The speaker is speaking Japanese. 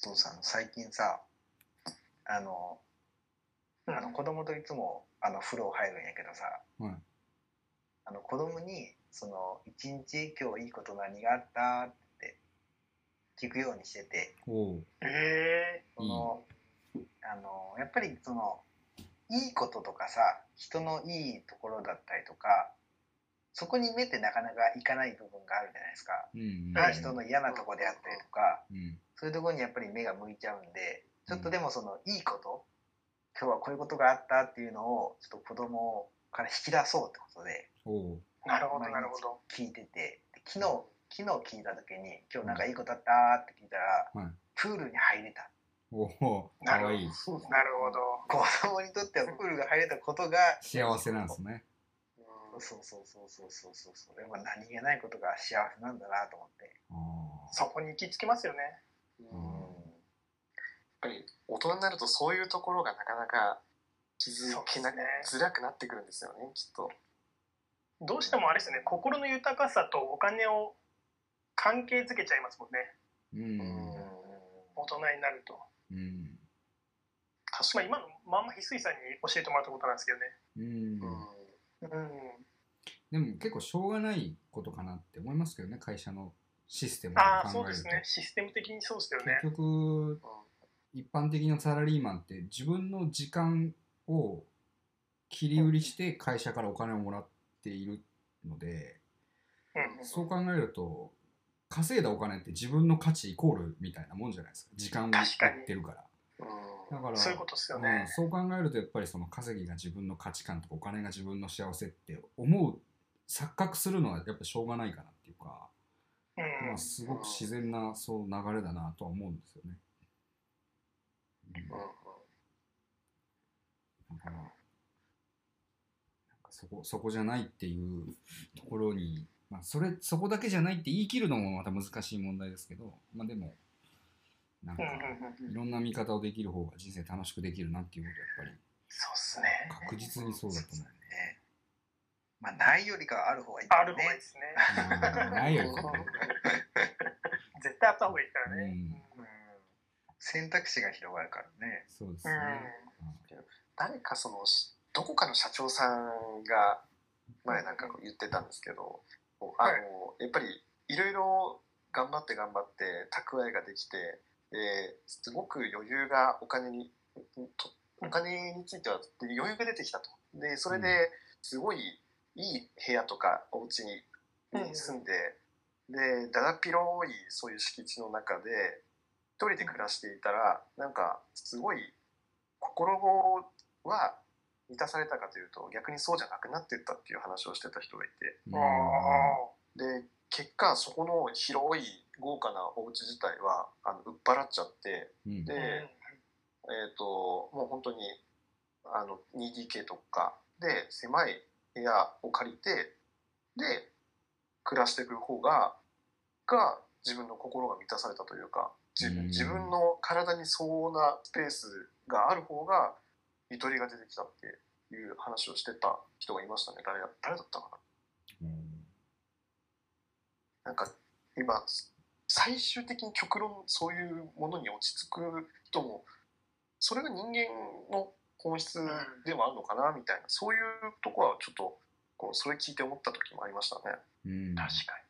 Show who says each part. Speaker 1: 父さん最近さあのあの子供といつもあの風呂入るんやけどさ、
Speaker 2: うん
Speaker 1: あの子供にその「一日今日いいこと何があった?」って聞くようにしてて
Speaker 2: おう
Speaker 3: え
Speaker 1: そのあのやっぱりそのいいこととかさ人のいいところだったりとかそこに目ってなかなかいかない部分があるじゃないですか。
Speaker 2: うん
Speaker 3: はい
Speaker 1: 人の嫌なとこであったりとか
Speaker 2: うん
Speaker 1: そういうところにやっぱり目が向いちゃうんでちょっとでもそのいいこと今日はこういうことがあったっていうのをちょっと子供から引き出そうってことで
Speaker 2: おう
Speaker 3: ー、なるほどなるほど。
Speaker 1: 聞いててで昨日昨日聞いた時に「今日なんかいいことあった?」って聞いたら、
Speaker 2: はい
Speaker 1: プールに入れた
Speaker 2: おおか
Speaker 3: なる
Speaker 2: わ
Speaker 3: ほど
Speaker 2: いい
Speaker 3: なるほど。
Speaker 1: 子供にとってはプールが入れたことが
Speaker 2: 幸せなんですね
Speaker 3: うん
Speaker 1: そうそうそうそうそうそうそうやっぱ何気ないことが幸せなんだなと思って、
Speaker 2: あ
Speaker 3: そこに行き着きますよね。
Speaker 2: う
Speaker 3: や
Speaker 2: ん
Speaker 3: っ
Speaker 4: ぱり大人になるとそういうところがなかなか気づけな
Speaker 3: そうです
Speaker 4: づらくなってくるんですよねきっと
Speaker 3: どうしてもあれですよね、心の豊かさとお金を関係づけちゃいますもんね、
Speaker 2: ーう
Speaker 1: うん
Speaker 2: ん
Speaker 3: 大人になると。
Speaker 2: うん
Speaker 4: 確
Speaker 3: まあ、今
Speaker 4: かに、
Speaker 3: のまんま翡翠さんに教えてもらったことなんですけどね。
Speaker 2: うん
Speaker 3: うん、
Speaker 2: でも結構しょうがないことかなって思いますけどね会社のシステムを考
Speaker 3: ああ、そう
Speaker 2: え
Speaker 3: で
Speaker 2: る
Speaker 3: す
Speaker 2: と、
Speaker 3: ね、システム的にそうですよね。
Speaker 2: 結局
Speaker 4: うん
Speaker 2: 一般的なサラリーマンって自分の時間を切り売りして会社からお金をもらっているので
Speaker 3: うん、
Speaker 2: そう考えると稼いだお金って自分の価値イコールみたいなもんじゃないですか時間を売
Speaker 3: 確かに
Speaker 2: ってるから
Speaker 4: うん
Speaker 2: だから
Speaker 3: そういうことですよ
Speaker 2: う
Speaker 3: ね
Speaker 2: ん、。そう考えるとやっぱりその稼ぎが自分の価値観とかお金が自分の幸せって思う錯覚するのはやっぱしょうがないかなっていうか、
Speaker 3: うん、
Speaker 2: まあ、すごく自然なそう流れだなとは思うんですよね。
Speaker 4: うんうん
Speaker 2: だからなんかそこそこじゃないっていうところに、まあ、それそこだけじゃないって言い切るのもまた難しい問題ですけど、まあ、でもなん
Speaker 3: う
Speaker 2: か
Speaker 3: ん、うん、うん、
Speaker 2: いろんな見方をできる方が人生楽しくできるなっていうことはやっ
Speaker 3: そうですね。
Speaker 2: ぱり確実にそうだと思 う。
Speaker 1: ねまあないよりかはある方がいい
Speaker 3: あ
Speaker 1: から
Speaker 3: る方がいいですね。
Speaker 2: うんないよりかはね
Speaker 3: 絶対あった方がいいから
Speaker 2: う
Speaker 3: ね。
Speaker 2: ん
Speaker 3: うん
Speaker 1: うん選択肢が広がるからね
Speaker 2: そうです
Speaker 3: う
Speaker 2: ね。
Speaker 4: 誰かそのしどこかの社長さんが前なんかこう言ってたんですけどこうあの、
Speaker 3: はい
Speaker 4: やっぱりいろいろ頑張って頑張って蓄えができてですごく余裕がお金にとお金についてはで余裕が出てきたとでそれ
Speaker 2: う
Speaker 4: ですごいいい部屋とかお家に
Speaker 3: うん
Speaker 4: 住んで、でだだっ広いそういう敷地の中で一人で暮らしていたらなんかすごい心は満たされたかというと逆にそうじゃなくなっていったっていう話をしてた人がいて
Speaker 2: うん
Speaker 3: ん。あ
Speaker 4: で結果そこの広い豪華なお家自体はあの売っ払っちゃって
Speaker 2: うん
Speaker 4: で、
Speaker 3: あ、
Speaker 4: えー、ともう本当にあの 2DK とかで狭い部屋を借りてで暮らしていく方がが自分の心が満たされたというか自
Speaker 2: うん
Speaker 4: 自分の体に相応なスペースがある方がゆとりが出てきたっていう話をしてた人がいましたね誰だ誰だったか
Speaker 2: うん
Speaker 4: ななんか今最終的に極論そういうものに落ち着く人もそれが人間の本質でもあるのかなみたいなそういうとこはちょっとこうそれ聞いて思った時もありましたね。
Speaker 2: うん
Speaker 3: 確か